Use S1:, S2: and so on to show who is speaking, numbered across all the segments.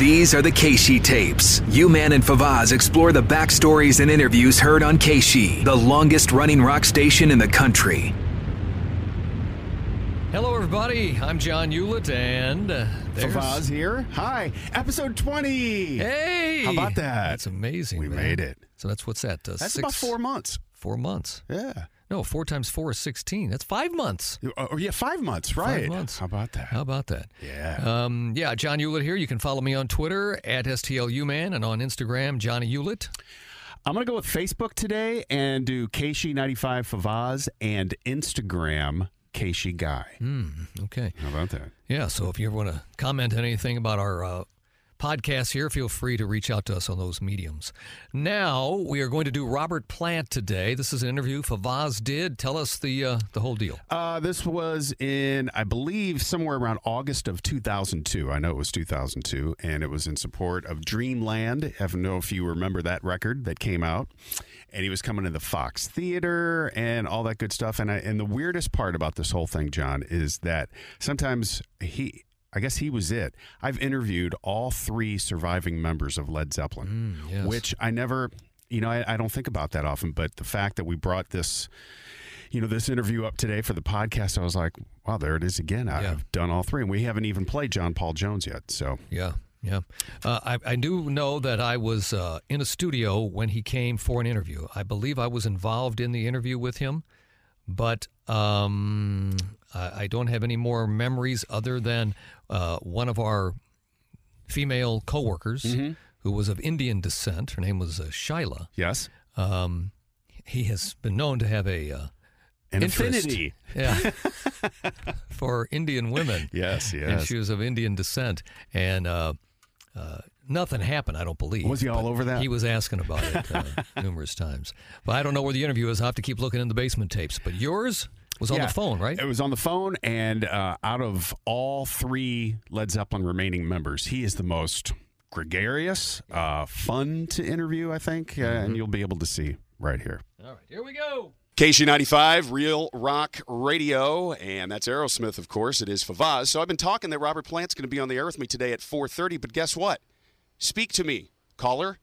S1: These are the Keishi tapes. Uman and Favaz explore the backstories and interviews heard on Keishi, the longest running rock station in the country.
S2: Hello, everybody. I'm John Hewlett, and uh, there's...
S3: Favaz here. Hi, episode 20.
S2: Hey,
S3: How about that?
S2: That's amazing.
S3: We
S2: man.
S3: made it.
S2: So that's what's that? Uh,
S3: That's
S2: six,
S3: about four months.
S2: Four months.
S3: Yeah.
S2: No, four times four is sixteen. That's five months.
S3: Oh, oh, yeah, five months,
S2: Five
S3: right?
S2: months.
S3: How about that?
S2: How about that?
S3: Yeah.
S2: Um, yeah, John Hewlett here. You can follow me on Twitter at STLUman and on Instagram, Johnny Hewlett.
S3: I'm going to go with Facebook today and do Keishi95 Favaz and Instagram Keishi Guy.
S2: Hmm.
S3: Mm-hmm.
S2: Okay.
S3: How about that?
S2: Yeah, so if you ever want to comment on anything about our uh, podcast here, feel free to reach out to us on those mediums. Now we are going to do Robert Plant today. This is an interview Favaz did. Tell us the uh, the whole deal.
S3: Uh, this was in, I believe, somewhere around August of 2002. I know it was 2002, and it was in support of Dreamland. I don't know if you remember that record that came out. And he was coming to the Fox Theater and all that good stuff. And I, and the weirdest part about this whole thing, John, is that sometimes he. I guess he was it. I've interviewed all three surviving members of Led Zeppelin,
S2: Mm, yes.
S3: which I never, you know, I, I don't think about that often. But the fact that we brought this you know, this interview up today for the podcast, I was like, wow, there it is again. I-
S2: Yeah.
S3: I've done all three, and we haven't even played John Paul Jones yet. So,
S2: Yeah, yeah. Uh, I, I do know that I was uh, in a studio when he came for an interview. I believe I was involved in the interview with him, but um, I, I don't have any more memories other than uh, one of our female coworkers who was of Indian descent. Her name was uh, Shyla.
S3: yes,
S2: Um, he has been known to have a uh,
S3: and
S2: interest-
S3: infinity.
S2: yeah, for Indian women
S3: Yes,
S2: and
S3: yes.
S2: she was of Indian descent. And uh, uh, nothing happened, I don't believe.
S3: Was he all
S2: but
S3: over that?
S2: He was asking about it uh, numerous times. But I don't know where the interview is. I will have to keep looking in the basement tapes. But yours was on
S3: Yeah.
S2: the phone, right?
S3: It was on the phone, and uh, out of all three Led Zeppelin remaining members, he is the most gregarious, uh, fun to interview, I think, uh,
S2: Mm-hmm.
S3: and you'll be able to see right here.
S2: All right, here we go.
S4: KC95, Real Rock Radio, and that's Aerosmith, of course. It is Favaz. So I've been talking that Robert Plant's going to be on the air with me today at 4.30, but guess what? Speak to me, caller.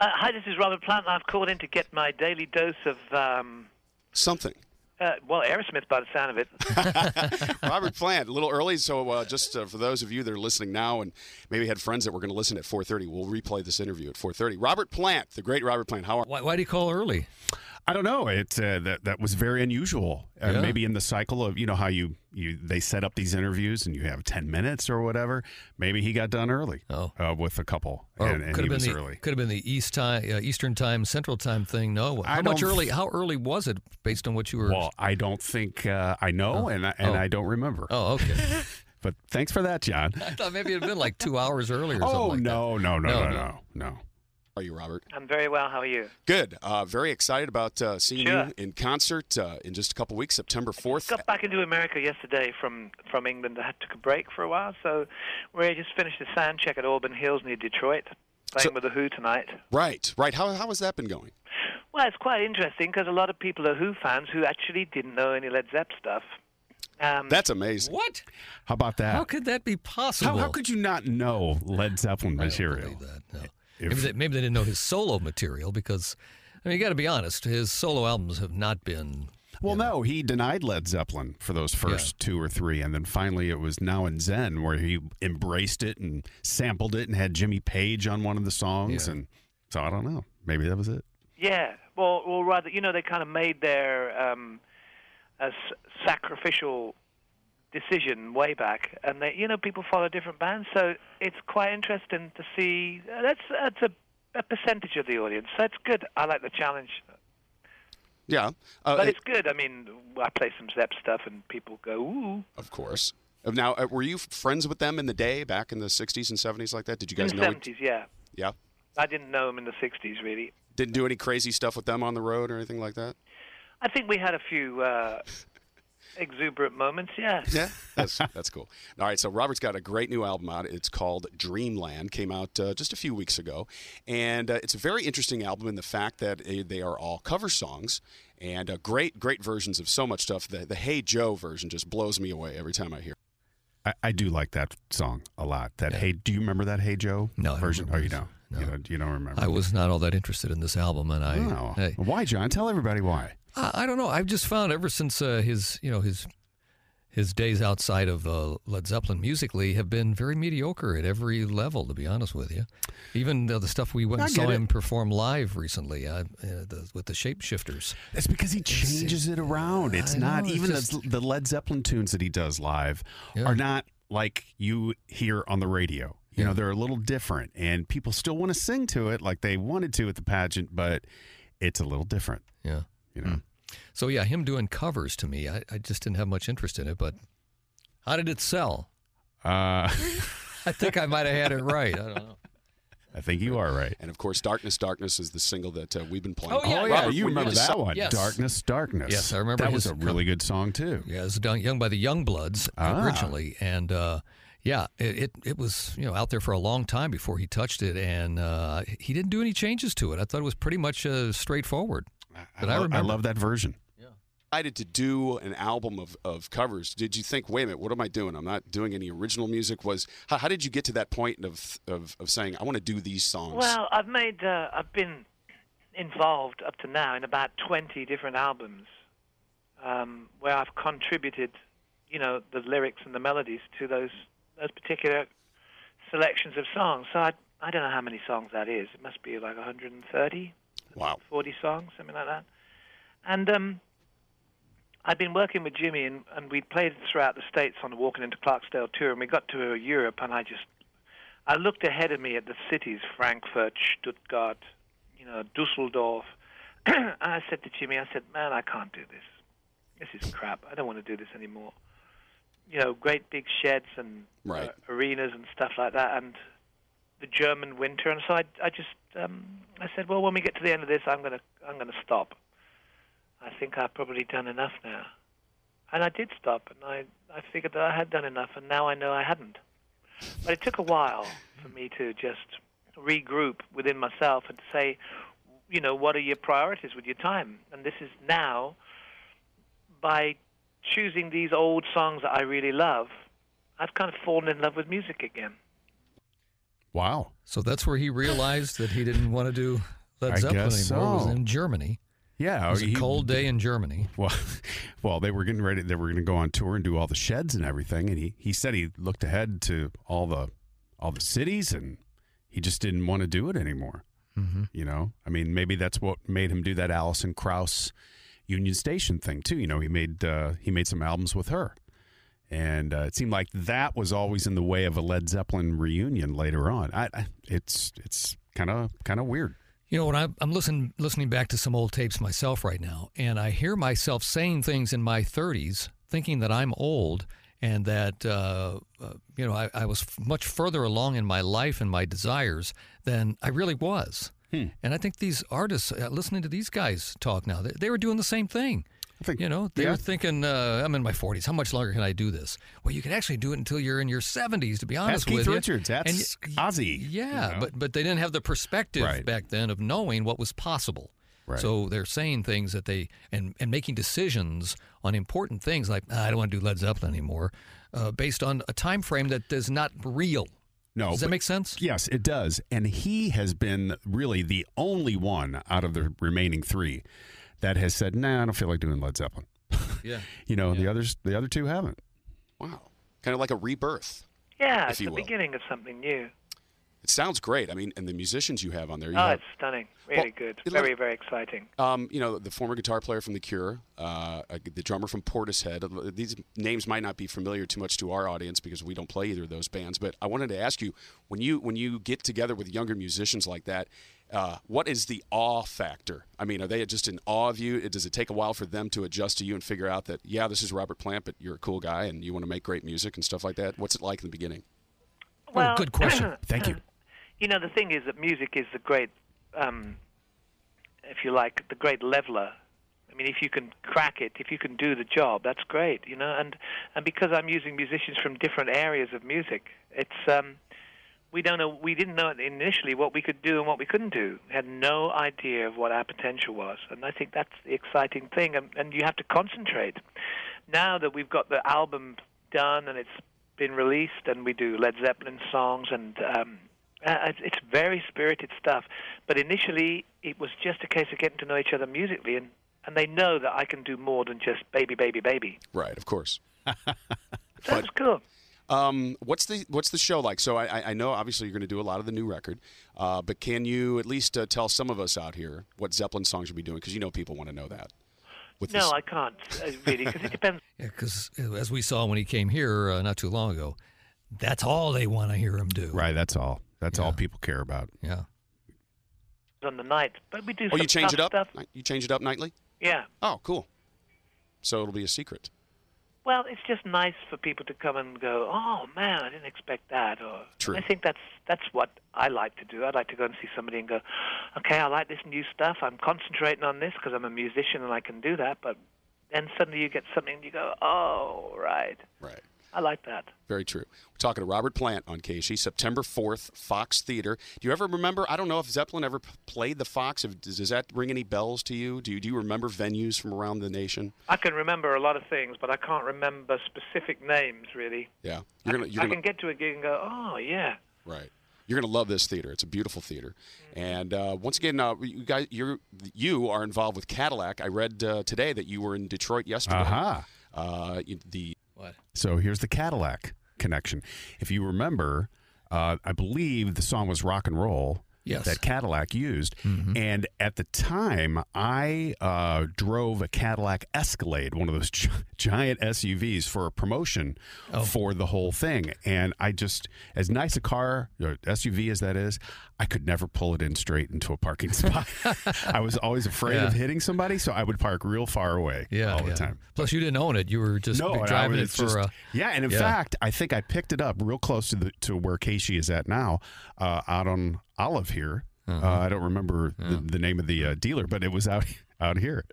S5: Uh, hi, this is Robert Plant, and I've called in to get my daily dose of, um,
S4: Something.
S5: uh, well, Aerosmith by the sound of it.
S4: Robert Plant, a little early, so uh, just uh, for those of you that are listening now and maybe had friends that were going to listen at 4.30, we'll replay this interview at 4.30. Robert Plant, the great Robert Plant, how are
S2: Why, why do you call early?
S3: I don't know. It uh, that that was very unusual. Uh,
S2: Yeah.
S3: Maybe in the cycle of you know how you you they set up these interviews and you have ten minutes or whatever. Maybe he got done early
S2: Oh.
S3: uh, with a couple,
S2: Or
S3: and, and
S2: could
S3: he
S2: have been
S3: was
S2: the
S3: early.
S2: could have been the East time, uh, Eastern time, Central time thing. No, how
S3: I
S2: much
S3: don't-
S2: early? How early was it based on what you were?
S3: Well, I don't think uh, I know, and I, and
S2: Oh.
S3: I don't remember.
S2: oh, okay.
S3: But thanks for that, John.
S2: I thought maybe it had been like two hours earlier. Or something
S3: Oh
S2: like that.
S3: no, no, no,
S2: No,
S3: no, no,
S2: no.
S3: no,
S4: are you, Robert?
S5: I'm very well. How are you?
S4: Good. Uh, very excited about uh, seeing
S5: Sure.
S4: you in concert uh, in just a couple weeks, September 4th.
S5: Got back into America yesterday from, from England. I had- took a break for a while, so we just finished the sound check at Auburn Hills near Detroit, playing
S4: So-
S5: with The Who tonight.
S4: Right, right. How, how has that been going?
S5: Well, it's quite interesting because a lot of people are Who fans who actually didn't know any Led Zepp stuff. Um,
S4: That's amazing.
S2: What?
S3: How about that?
S2: How could that be possible?
S3: how, how could you not know Led Zeppelin
S2: I don't
S3: material?
S2: believe that, no.
S3: If-
S2: maybe, they, maybe they didn't know his solo material because, I mean, you got to be honest, his solo albums have not been.
S3: Well, no, he denied Led Zeppelin for those first two or three, and then finally it was Now and Zen where he embraced it and sampled it and had Jimmy Page on one of the songs,
S2: Yeah.
S3: and so I don't know, maybe that was it.
S5: Yeah, well, well, rather, you know, they kind of made their um, a s- sacrificial decision way back, and they, you know, people follow different bands, so it's quite interesting to see. uh, That's that's a, a percentage of the audience, so it's good. I like the challenge,
S4: Yeah. Uh,
S5: but it's good. I mean, I play some Zep stuff, and people go, "Ooh,
S4: Of course. Now, uh, were you f- friends with them in the day, back in the '60s and '70s, like that? Did you guys
S5: in
S4: know?
S5: the
S4: it-
S5: 70s, yeah.
S4: Yeah,
S5: I didn't know him in the 60s, really.
S4: didn't do any crazy stuff with them on the road or anything like that.
S5: I think we had a few uh, exuberant moments, yeah.
S4: Yeah, that's that's cool. All right, so Robert's got a great new album out. It's called Dreamland. Came out uh, just a few weeks ago, and uh, it's a very interesting album in the fact that uh, they are all cover songs and uh, great, great versions of so much stuff. The, the Hey Joe version just blows me away every time I hear. it.
S3: I, I do like that song a lot. That hey, do you remember that Hey Joe
S2: No, I don't
S3: version? oh,
S2: remember
S3: you
S2: this.
S3: don't. You don't. You don't remember.
S2: I was not all that interested in this album, and I
S3: Oh.
S2: hey,
S3: Why, John? Tell everybody why.
S2: I, I don't know. I've just found ever since uh, his you know his his days outside of uh, Led Zeppelin musically have been very mediocre at every level. To be honest with you, even though the stuff we went
S3: I
S2: and saw
S3: get it.
S2: him perform live recently uh, uh, the, with the Shapeshifters.
S3: That's because he changes it around. It's
S2: I
S3: not
S2: know, it's
S3: even
S2: just-
S3: the, the Led Zeppelin tunes that he does live
S2: Yeah.
S3: are not like you hear on the radio. You know,
S2: Yeah.
S3: they're a little different, and people still want to sing to it like they wanted to at the pageant, but it's a little different.
S2: Yeah.
S3: You know,
S2: So yeah, him doing covers to me, I, I just didn't have much interest in it. But how did it sell? Hmm.
S3: uh,
S2: I think I might have had it right. I don't know.
S3: I think you are right.
S4: And of course, Darkness, Darkness is the single that uh, we've been playing.
S2: Oh, yeah,
S3: oh
S2: yeah.
S3: yeah,
S4: Robert,
S3: you
S4: when
S3: remember
S4: decide-
S3: that one?
S2: yes.
S3: Darkness, darkness.
S2: Yes, I remember
S3: That
S2: his
S3: was a really good song too.
S2: Yeah, it was done young by the Youngbloods
S3: Ah.
S2: originally, and uh, yeah, it, it it was you know out there for a long time before he touched it, and uh, he didn't do any changes to it. I thought it was pretty much uh, straightforward. But I
S3: lo- I
S2: remember.
S3: love that version.
S4: decided to do an album of, of covers, did you think, wait a minute, what am I doing? I'm not doing any original music. Was how, how did you get to that point of of, of saying I want to do these songs?
S5: Well, I've made, uh, I've been involved up to now in about 20 different albums um, where I've contributed, you know, the lyrics and the melodies to those those particular selections of songs. So I, I don't know how many songs that is. It must be like 130.
S4: wow,
S5: 40 songs, something like that. And um, I'd been working with Jimmy, and, and we'd played throughout the States on the Walking into Clarksdale tour, and we got to Europe, and I just, I looked ahead of me at the cities, Frankfurt, Stuttgart, you know, Dusseldorf, and I said to Jimmy, I said, man, I can't do this. This is crap. I don't want to do this anymore. You know, great big sheds and uh,
S4: Right.
S5: arenas and stuff like that, and the German winter, and so I, I just um, I said, well, when we get to the end of this, I'm gonna I'm gonna stop. I think I've probably done enough now, and I did stop, and I I figured that I had done enough, and now I know I hadn't. But it took a while for me to just regroup within myself and to say, you know, what are your priorities with your time? And this is now by choosing these old songs that I really love. I've kind of fallen in love with music again.
S3: Wow.
S2: So that's where he realized that he didn't want to do Led
S3: I
S2: Zeppelin
S3: guess
S2: anymore. It
S3: so.
S2: was in Germany.
S3: Yeah,
S2: It was
S3: he-
S2: a cold day in Germany.
S3: Well, well, they were getting ready. They were going to go on tour and do all the sheds and everything. And he, he said he looked ahead to all the all the cities, and he just didn't want to do it anymore.
S2: Mhm.
S3: You know, I mean, maybe that's what made him do that Alison Krauss Union Station thing too. You know, he made uh, he made some albums with her, and uh, it seemed like that was always in the way of a Led Zeppelin reunion later on. I, I it's it's kind of kind of weird.
S2: You know, when I'm, I'm listening listening back to some old tapes myself right now, and I hear myself saying things in my 30s, thinking that I'm old and that uh, uh, you know I, I was f- much further along in my life and my desires than I really was. And I think these artists, uh, listening to these guys talk now, they, they were doing the same thing.
S3: I think
S2: You know, they
S3: yeah.
S2: were thinking, uh, "I'm in my 40s. How much longer can I do this?" Well, you can actually do it until you're in your 70s. To be honest
S3: That's Keith
S2: with you,
S3: Richards. That's
S2: And y-
S3: Ozzy.
S2: yeah,
S3: you know?
S2: but but they didn't have the perspective
S3: Right.
S2: back then of knowing what was possible.
S3: Right.
S2: So they're saying things that they and and making decisions on important things like "Ah, I don't want to do Led Zeppelin anymore, uh, based on a time frame that is not real.
S3: no,
S2: Does that
S3: but-
S2: make sense?
S3: Yes, it does. And he has been really the only one out of the remaining three that has said, "Nah, I don't feel like doing Led Zeppelin."
S2: Yeah.
S3: You know, the others, the other two haven't.
S4: wow, kind of like a rebirth.
S5: Yeah,
S4: if
S5: it's
S4: you
S5: the
S4: will.
S5: beginning of something new.
S4: It sounds great. I mean, and the musicians you have on there, you
S5: Oh,
S4: have,
S5: it's stunning. Really
S4: Well,
S5: good.
S4: it
S5: Very,
S4: looks-
S5: very exciting.
S4: um, you know, the former guitar player from The Cure, uh, uh, the drummer from Portishead. These names might not be familiar too much to our audience because we don't play either of those bands. But I wanted to ask you, when you when you get together with younger musicians like that, Uh, what is the awe factor? I mean, are they just in awe of you? Does it take a while for them to adjust to you and figure out that, yeah, this is Robert Plant, but you're a cool guy and you want to make great music and stuff like that? What's it like in the beginning?
S2: Oh, good question.
S3: Thank you.
S5: You know, the thing is that music is the great, um, if you like, the great leveler. I mean, if you can crack it, if you can do the job, that's great. You know, and and because I'm using musicians from different areas of music, it's um, we don't know, we didn't know initially what we could do and what we couldn't do. We had no idea of what our potential was, and I think that's the exciting thing. And, and you have to concentrate. Now that we've got the album done and it's been released, and we do Led Zeppelin songs, and um, uh, it's- it's very spirited stuff. But initially, it was just a case of getting to know each other musically, and, and they know that I can do more than just baby, baby, baby.
S4: Right, of course.
S5: So it's cool.
S4: Um, what's the what's the show like? So I, I- I know obviously you're going to do a lot of the new record, uh, but can you at least uh, tell some of us out here what Zeppelin songs you'll be doing? Because you know people want to know that. With
S5: No,
S4: this-
S5: I can't uh, really, because it depends
S2: Because uh, as we saw when he came here uh, not too long ago, that's all they want to hear him do.
S3: Right. That's all. That's all people care about.
S2: Yeah.
S5: on the night. But we do.
S4: oh,
S5: some
S4: you change
S5: tough
S4: it up.
S5: Stuff.
S4: You change it up nightly.
S5: Yeah.
S4: Oh, cool. So it'll be a secret.
S5: Well, it's just nice for people to come and go. Oh man, I didn't expect that. Or
S4: True.
S5: I think that's that's what I like to do. I'd like to go and see somebody and go, okay, I like this new stuff. I'm concentrating on this because I'm a musician and I can do that. But then suddenly you get something and you go, oh right,
S4: Right.
S5: I like that.
S4: Very true. We're talking to Robert Plant on KC, September 4th, Fox Theater. Do you ever remember? I don't know if Zeppelin ever p- played the Fox. If- Does, does that ring any bells to you? Do, you? do you remember venues from around the nation?
S5: I can remember a lot of things, but I can't remember specific names really.
S4: Yeah. You're
S5: I,
S4: gonna,
S5: can-
S4: you're
S5: I
S4: gonna,
S5: can get to a gig and go, oh yeah.
S4: Right. You're gonna love this theater. It's a beautiful theater, and uh, once again, uh, you guys, you're you are involved with Cadillac. I read uh, today that you were in Detroit yesterday.
S3: Aha.
S4: Uh, you- the
S2: What?
S3: So here's the Cadillac connection. If you remember, uh, I believe the song was Rock and Roll.
S2: Yes. Mm-hmm.
S3: That Cadillac used. And at the time, I uh, drove a Cadillac Escalade, one of those gi- giant SUVs, for a promotion
S2: Oh.
S3: for the whole thing. And I just, as nice a car, uh, or SUV as that is, I could never pull it in straight into a parking spot. I was always afraid of
S2: Yeah.
S3: hitting somebody, so I would park real far away
S2: Yeah.
S3: all
S2: yeah.
S3: the time
S2: Plus, you didn't own it. You were just
S3: and I
S2: driving it
S3: was
S2: for.
S3: just-
S2: uh,
S3: yeah, and in
S2: yeah.
S3: fact, I think I picked it up real close to the to where Casey is at now, uh, out on Olive here. uh
S2: Uh-huh.
S3: I don't remember the, the name of the uh, dealer, but it was out out here.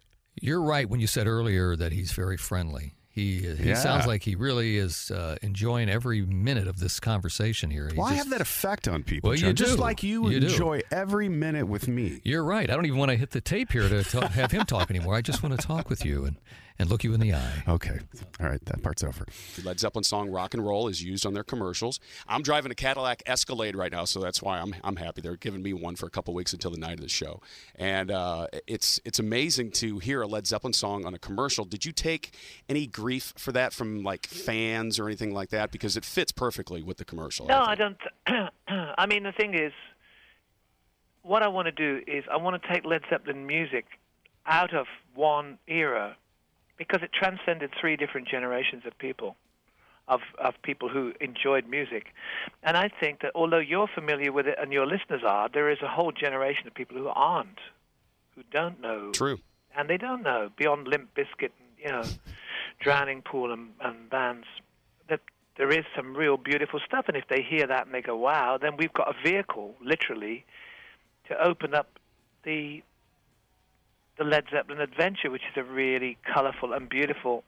S2: You're right when you said earlier that he's very friendly. He he
S3: Yeah.
S2: sounds like he really is uh, enjoying every minute of this conversation here. He
S3: Well, I
S2: just-
S3: have that effect on people,
S2: Well, you
S3: John, just
S2: do.
S3: like you,
S2: You do.
S3: enjoy every minute with me.
S2: You're right. I don't even want to hit the tape here to ta have him talk anymore. I just want to talk with you and, and look you in the eye.
S3: Okay, all right, that part's over.
S4: Led Zeppelin song "Rock and Roll" is used on their commercials. I'm driving a Cadillac Escalade right now, so that's why I'm I'm happy. They're giving me one for a couple weeks until the night of the show, and uh, it's it's amazing to hear a Led Zeppelin song on a commercial. Did you take any grief for that from like fans or anything like that? Because it fits perfectly with the commercial.
S5: No,
S4: think.
S5: I don't. I mean, the thing is, what I want to do is I want to take Led Zeppelin music out of one era because it transcended three different generations of people. Of, of people who enjoyed music. And I think that although you're familiar with it and your listeners are, there is a whole generation of people who aren't, who don't know
S4: True.
S5: and they don't know beyond Limp Biscuit, and, you know, Drowning Pool and, and bands that there is some real beautiful stuff. And if they hear that and they go, "Wow," then we've got a vehicle, literally, to open up the the Led Zeppelin adventure, which is a really colourful and beautiful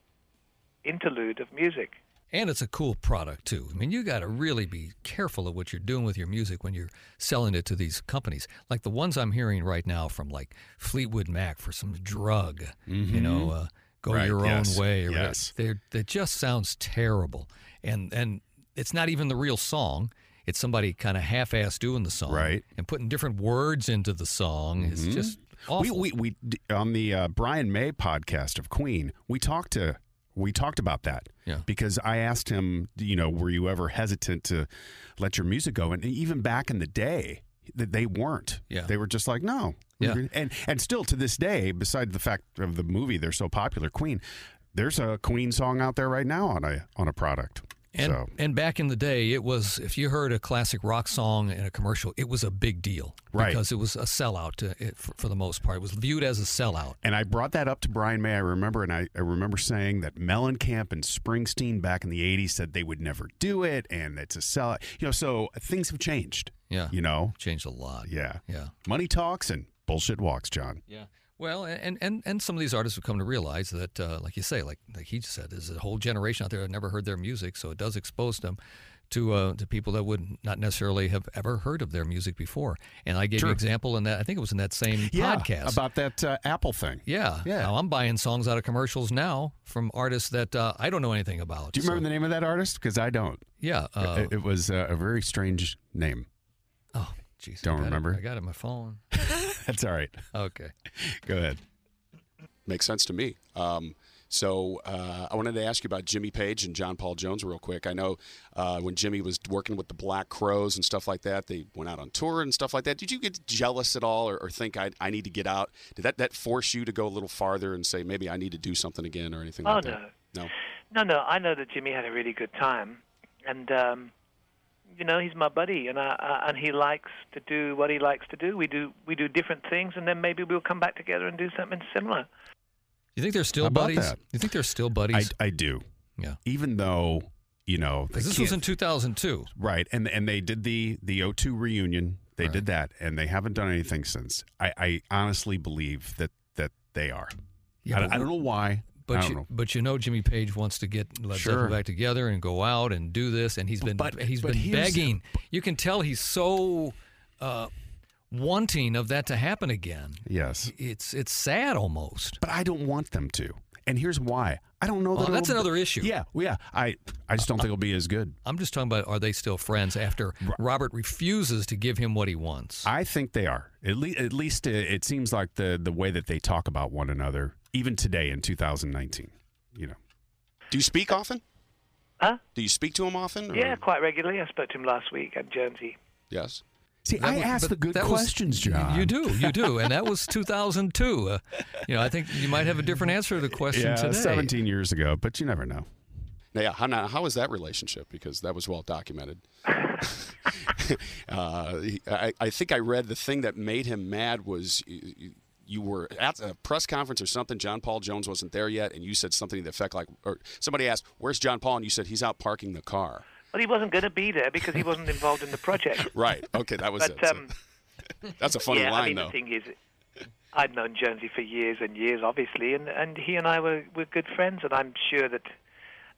S5: interlude of music.
S2: And it's a cool product too. I mean, you got to really be careful of what you're doing with your music when you're selling it to these companies. Like the ones I'm hearing right now from like Fleetwood Mac for some drug, you know, uh, go
S3: Mm-hmm. Right,
S2: your
S3: yes,
S2: own way. or-
S3: yes.
S2: They're, that just sounds terrible. And and it's not even the real song. It's somebody kind of half-ass doing the song,
S3: Right. Mm-hmm.
S2: And putting different words into the song It's is just awful.
S3: We, we we d- on the uh, Brian May podcast of Queen, we talked to we talked about that
S2: Yeah.
S3: because I asked him, you know, were you ever hesitant to let your music go? And even back in the day, that they weren't.
S2: Yeah.
S3: they were just like no.
S2: Yeah.
S3: and and still to this day, besides the fact of the movie, they're so popular. Queen, there's a Queen song out there right now on a on a product.
S2: And
S3: so
S2: and back in the day, it was if you heard a classic rock song in a commercial, it was a big deal
S3: Right.
S2: because it was a sellout uh, it, for, for the most part. It was viewed as a sellout.
S3: and I brought that up to Brian May. I remember, and I, I remember saying that Mellencamp and Springsteen back in the '80s said they would never do it, and it's a sell. You know, so things have changed.
S2: Yeah,
S3: You know,
S2: changed a lot.
S3: yeah,
S2: yeah,
S3: money talks and bullshit walks, John.
S2: yeah. Well, and and and some of these artists have come to realize that, uh, like you say, like like he just said, there's a whole generation out there that never heard their music, so it does expose them. To, uh, to people that would not necessarily have ever heard of their music before, and I gave you an example in that I think it was in that same
S3: Yeah,
S2: podcast
S3: about that uh, Apple thing.
S2: Yeah.
S3: Yeah.
S2: Now I'm buying songs out of commercials now from artists that uh, I don't know anything about.
S3: Do you remember the name of that artist? Because I don't.
S2: the Yeah. Uh,
S3: it, it was uh, a very strange name.
S2: oh, jeez. I
S3: Don't
S2: got it-
S3: remember.
S2: I got it on my phone.
S3: That's all right.
S2: Okay.
S3: Go ahead.
S4: Makes sense to me. Um, so uh, I wanted to ask you about Jimmy Page and John Paul Jones real quick. I know uh, when Jimmy was working with the Black Crows and stuff like that, they went out on tour and stuff like that. Did you get jealous at all, or, or think I, I need to get out? Did that, that force you to go a little farther and say maybe I need to do something again or anything
S5: Oh,
S4: like that? No.
S5: No, no, I know that Jimmy had a really good time, and um, you know he's my buddy, and I, I and he likes to do what he likes to do. We do we do different things, and then maybe we'll come back together and do something similar.
S2: You think they're still
S3: How about
S2: buddies?
S3: that?
S2: You think they're still
S3: I,
S2: buddies?
S3: I do.
S2: yeah.
S3: Even though you know they
S2: Because this was
S3: can't-
S2: in 2002.
S3: right, and and they did the the O2 reunion. They
S2: Right.
S3: did that, and they haven't done anything since. I, I honestly believe that that they are.
S2: Yeah,
S3: I,
S2: but-
S3: I don't know why.
S2: But
S3: I don't
S2: you,
S3: know.
S2: but you know, Jimmy Page wants to get Led
S3: Sure.
S2: Zeppelin back together and go out and do this, and he's been
S3: But-
S2: he's
S3: but
S2: been
S3: here's-
S2: begging. You can tell he's so uh, wanting of that to happen again.
S3: Yes,
S2: It's it's sad almost.
S3: but I don't want them to. And here's why. I don't know that.
S2: Well, Oh, that's
S3: it'll-
S2: another issue.
S3: Yeah, well, yeah. I I just don't think it'll be as good.
S2: I'm just talking about are they still friends after Robert refuses to give him what he wants?
S3: I think they are. At, le- at least it, it seems like the the way that they talk about one another, even today in 2019. You know,
S4: Do you speak often?
S5: Huh?
S4: Do you speak to him often? or-
S5: Yeah, quite regularly. I spoke to him last week at Jonesy.
S4: Yes.
S3: see,
S2: That
S3: I
S2: was-
S3: ask
S2: but
S3: the good
S2: that was-
S3: questions, John.
S2: You do, you do, and that was 2002. Uh, you know, I think you might have a different answer to the question
S3: Yeah,
S2: today.
S3: 17 years ago, but you never know.
S4: Now, yeah. How, now, how is that relationship? Because that was well documented. uh, he- I, I think I read the thing that made him mad was you, you- you were at a press conference or something. John Paul Jones wasn't there yet, and you said something to the effect like, or somebody asked, "Where's John Paul?" and you said, "He's out parking the car."
S5: Well, he wasn't going to be there because he wasn't involved in the project.
S4: Right. Okay, that was it.
S5: But
S4: So-
S5: um,
S4: that's a funny
S5: yeah,
S4: line,
S5: I mean,
S4: though.
S5: the thing is, I'd known Jonesy for years and years, obviously, and and he and I were were good friends, and I'm sure that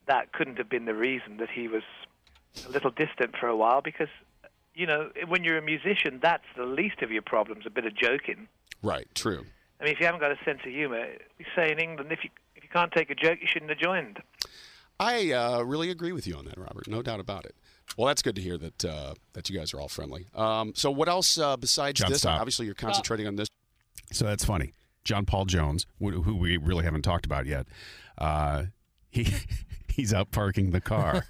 S5: that couldn't have been the reason that he was a little distant for a while because. You know, when you're a musician, that's the least of your problems—a bit of joking.
S4: Right. True.
S5: I mean, if you haven't got a sense of humour, we say in England, if you if you can't take a joke, you shouldn't have joined.
S4: I uh, really agree with you on that, Robert. No doubt about it. Well, that's good to hear that uh, that you guys are all friendly. Um, so, what else uh, besides
S3: John,
S4: this?
S3: stop.
S4: Obviously, you're concentrating on this.
S3: So that's funny. John Paul Jones, wh- who we really haven't talked about yet, uh, he he's out parking the car.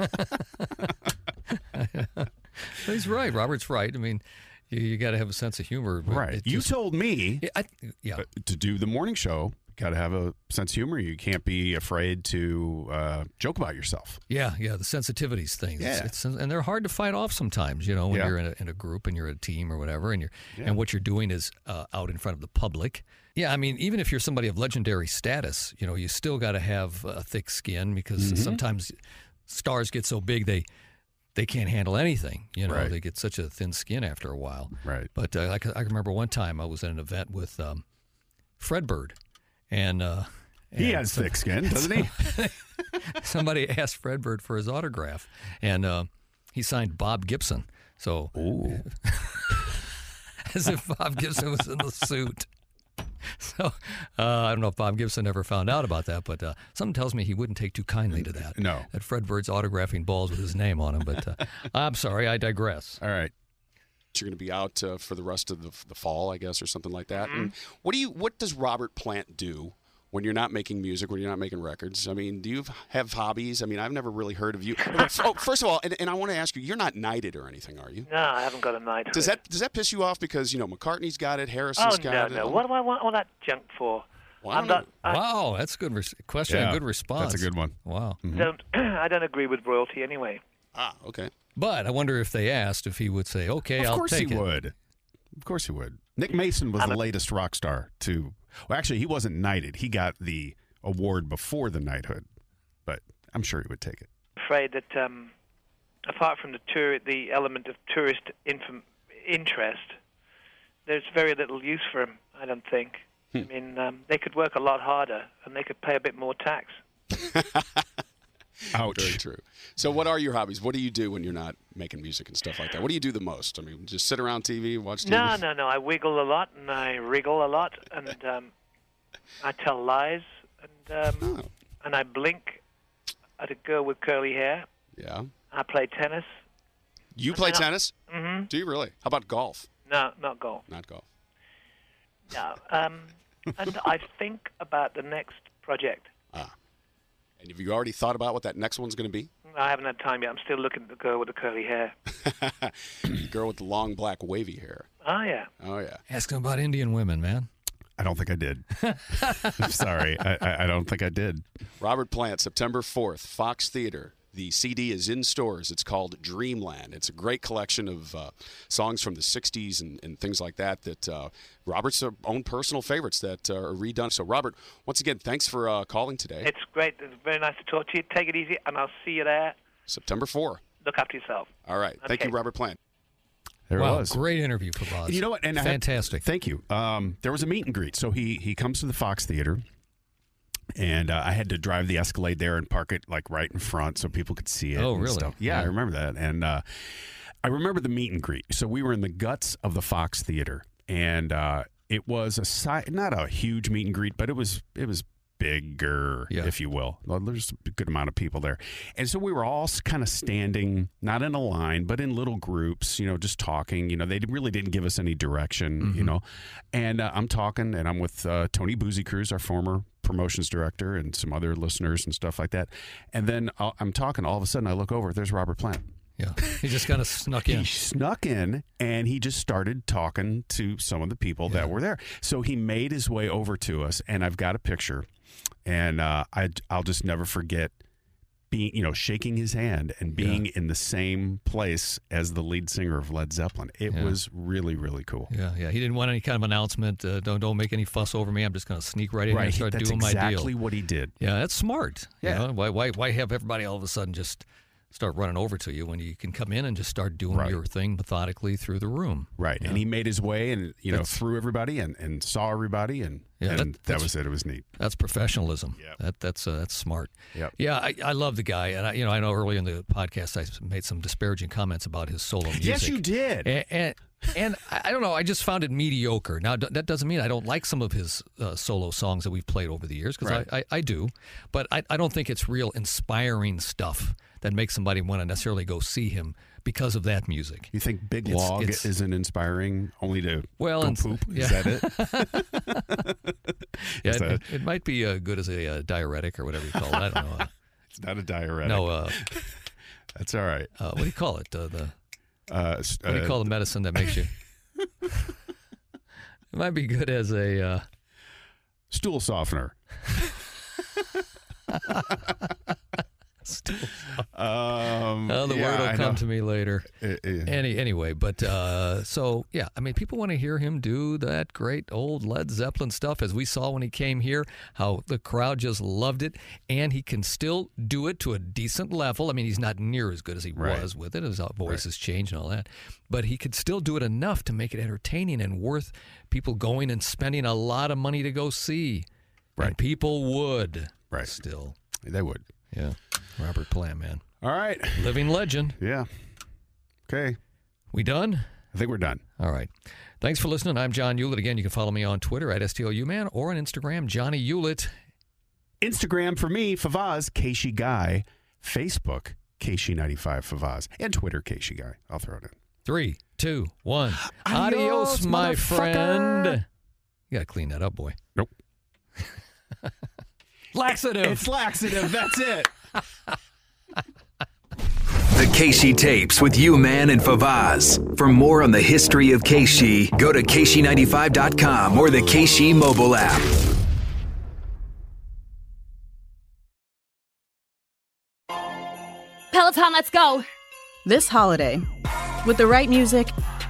S2: He's right. Robert's right. I mean, you, you got to have a sense of humor. but
S3: right.
S2: it
S3: You
S2: just-
S3: told me
S2: Yeah, I, yeah.
S3: uh, to do the morning show. Got to have a sense of humor. You can't be afraid to uh, joke about yourself.
S2: Yeah, yeah, the sensitivities things. It's-
S3: Yeah.
S2: it's- and they're hard to fight off sometimes, you know, when
S3: Yeah.
S2: you're in a, in a group and you're a team or whatever, and you're and what you're doing is uh, out in front of the public. Yeah, I mean, even if you're somebody of legendary status, you know, you still got to have a thick skin because
S3: Mm-hmm.
S2: sometimes stars get so big they they can't handle anything. You know,
S3: Right.
S2: they get such a thin skin after a while.
S3: Right.
S2: But uh, I, c- I remember one time I was at an event with um, Fred Bird, and uh,
S3: He
S2: and
S3: has
S2: some-
S3: thick skin, doesn't he?
S2: somebody asked Fred Bird for his autograph, and uh, he signed Bob Gibson. So, as if Bob Gibson was in the suit. So, uh, I don't know if Bob Gibson ever found out about that, but uh, something tells me he wouldn't take too kindly to that.
S3: No.
S2: That Fred Bird's autographing balls with his name on them. But uh, I'm sorry, I digress.
S3: All right.
S4: You're going to be out uh, for the rest of the, the fall, I guess, or something like that.
S5: Mm-hmm.
S4: And what do you? What does Robert Plant do when you're not making music, when you're not making records? I mean, do you have hobbies? I mean, I've never really heard of you. oh, first of all, and, and I want to ask you, you're not knighted or anything, are you?
S5: No, I haven't got a night.
S4: Does that does that piss you off because you know McCartney's got it,
S5: Uh, Oh
S4: Harrison's
S5: no,
S4: got it?
S5: no! What do I want all that junk for?
S4: Well, I
S5: I'm
S4: don't
S5: not.
S4: know.
S5: I
S2: wow, that's a good res- question. and
S3: Yeah,
S2: a good
S3: that's a
S2: response.
S3: good one.
S2: Wow.
S5: don't. I don't agree with royalty anyway.
S4: Ah, okay.
S2: But I wonder if they asked if he would say, "Okay,
S3: of
S2: I'll
S3: course
S2: take
S3: he
S2: it."
S3: would. Of course he would. Nick Mason was the latest rock star to. Well, actually, he wasn't knighted. He got the award before the knighthood, but I'm sure he would take it.
S5: afraid that um, apart from the tour, the element of tourist inform- interest, there's very little use for them. I don't think. I mean, um, they could work a lot harder and they could pay a bit more tax.
S3: Ouch.
S4: Very true. So, what are your hobbies? What do you do when you're not making music and stuff like that? What do you do the most? I mean, just sit around TV, watch TV.
S5: No, no, no. I wiggle a lot and I wriggle a lot and um, I tell lies and um,
S4: Oh,
S5: and I blink at a girl with curly hair.
S4: yeah.
S5: I play tennis.
S4: You play
S5: I-
S4: tennis? Mm-hmm. Do you really? How about golf?
S5: No, not golf.
S4: Not golf.
S5: No. Um, and I think about the next project.
S4: And have you already thought about what that next one's going to be?
S5: I haven't had time yet. I'm still looking at the girl with the curly hair.
S4: The girl with the long black wavy hair.
S5: Oh yeah.
S4: Oh yeah.
S2: Ask him about Indian women, man.
S3: I don't think I did. I'm sorry. I, I, I don't think I did.
S4: Robert Plant, September 4th, Fox Theater. The CD is in stores. It's called Dreamland. It's a great collection of uh, songs from the 60s and, and things like that that uh, Robert's own personal favorites that uh, are redone. So, Robert, once again, thanks for uh, calling today.
S5: It's great. It's very nice to talk to you. Take it easy, and I'll see you there.
S4: September 4.
S5: Look after yourself.
S4: All right. Thank
S5: Okay.
S4: you, Robert Plant.
S3: There
S2: wow,
S3: it was.
S2: great interview for Boz.
S3: And you know what? And I had-
S2: fantastic.
S3: thank you. Um, there was a meet and greet. So he he comes to the Fox Theater, and uh, I had to drive the Escalade there and park it like right in front so people could see it.
S2: Oh,
S3: and
S2: really?
S3: stuff. Yeah, I
S2: Yeah.
S3: remember that. And uh, I remember the meet and greet. So we were in the guts of the Fox Theater, and uh, it was a si- not a huge meet and greet, but it was it was bigger,
S2: Yeah.
S3: if you will. Well, There's a good amount of people there, and so we were all kind of standing, not in a line, but in little groups. You know, just talking. You know, they really didn't give us any direction. You know, and uh, I'm talking, and I'm with uh, Tony Boozy Cruz, our former promotions director, and some other listeners and stuff like that. And then uh, I'm talking. All of a sudden, I look over. There's Robert Plant.
S2: yeah, he just kind of snuck in.
S3: He snuck in and he just started talking to some of the people that were there. So he made his way over to us, and I've got a picture, and uh, I I'll just never forget being you know shaking his hand and being in the same place as the lead singer of Led Zeppelin. It
S2: Yeah.
S3: was really really cool.
S2: Yeah, yeah. He didn't want any kind of announcement. Uh, don't don't make any fuss over me. I'm just going to sneak right in here
S3: Right,
S2: and start
S3: that's
S2: doing my deal.
S3: exactly what he did.
S2: Yeah, that's smart. you
S3: Yeah.
S2: know? why, why why have everybody all of a sudden just start running over to you when you can come in and just start doing
S3: Right.
S2: your thing methodically through the room?
S3: Right, and he made his way and you know
S2: That's-
S3: through everybody and, and saw everybody and,
S2: Yeah,
S3: and
S2: that-
S3: that,
S2: that's-
S3: was it. It was neat.
S2: That's professionalism.
S3: Yep.
S2: That that's uh, that's smart.
S3: Yep.
S2: Yeah, I, I love the guy, and I you know I know earlier in the podcast I made some disparaging comments about his solo music.
S3: Yes, you did.
S2: and, and, and I I don't know. I just found it mediocre. Now d- that doesn't mean I don't like some of his uh, solo songs that we've played over the years because I, I, I do, but I, I don't think it's real inspiring stuff that makes somebody want to necessarily go see him because of that music.
S3: You think Big
S2: It's-
S3: Log
S2: it's-
S3: isn't inspiring only to
S2: Well,
S3: go
S2: and-
S3: poop? Is
S2: yeah.
S3: that it?
S2: Yeah,
S3: Is
S2: it,
S3: that-
S2: it- it might be uh, good as a uh, diuretic or whatever you call it. I don't know.
S3: It's not a diuretic.
S2: no, uh,
S3: That's all right.
S2: uh, what do you call it? Uh, the
S3: Uh, s-
S2: What do you
S3: uh,
S2: call the medicine that makes you? it might be good as a. Uh,
S3: Stool softener. Um,
S2: oh, the
S3: yeah,
S2: word will
S3: I
S2: come
S3: know.
S2: to me later.
S3: Uh, uh,
S2: Any anyway, but uh, so yeah, I mean, people want to hear him do that great old Led Zeppelin stuff, as we saw when he came here. How the crowd just loved it, and he can still do it to a decent level. I mean, he's not near as good as he
S3: Right.
S2: was with it. His voice has changed and all that, but he could still do it enough to make it entertaining and worth people going and spending a lot of money to go see.
S3: Right.
S2: And people would.
S3: Right.
S2: Still.
S3: They would.
S2: Yeah. Robert Plant, man.
S3: All right.
S2: Living legend.
S3: Yeah. Okay.
S2: We done?
S3: I think we're done.
S2: All right. Thanks for listening. I'm John Hewlett. Again, you can follow me on Twitter at STLUman or on Instagram, Johnny Hewlett.
S3: Instagram for me, Favaz, Keishi Guy. Facebook, Keishi95 Favaz. And Twitter, Keishi Guy. I'll throw it in.
S2: Three, two, one.
S3: Adios,
S2: my
S3: motherfucker.
S2: friend. You got to clean that up, boy.
S3: Nope.
S2: Laxative.
S3: It's laxative. That's it.
S1: The Keishi tapes with you, man, and Favaz. For more on the history of Keishi, go to Keishi95.com or the Keishi mobile app.
S6: Peloton, let's go.
S7: This holiday, with the right music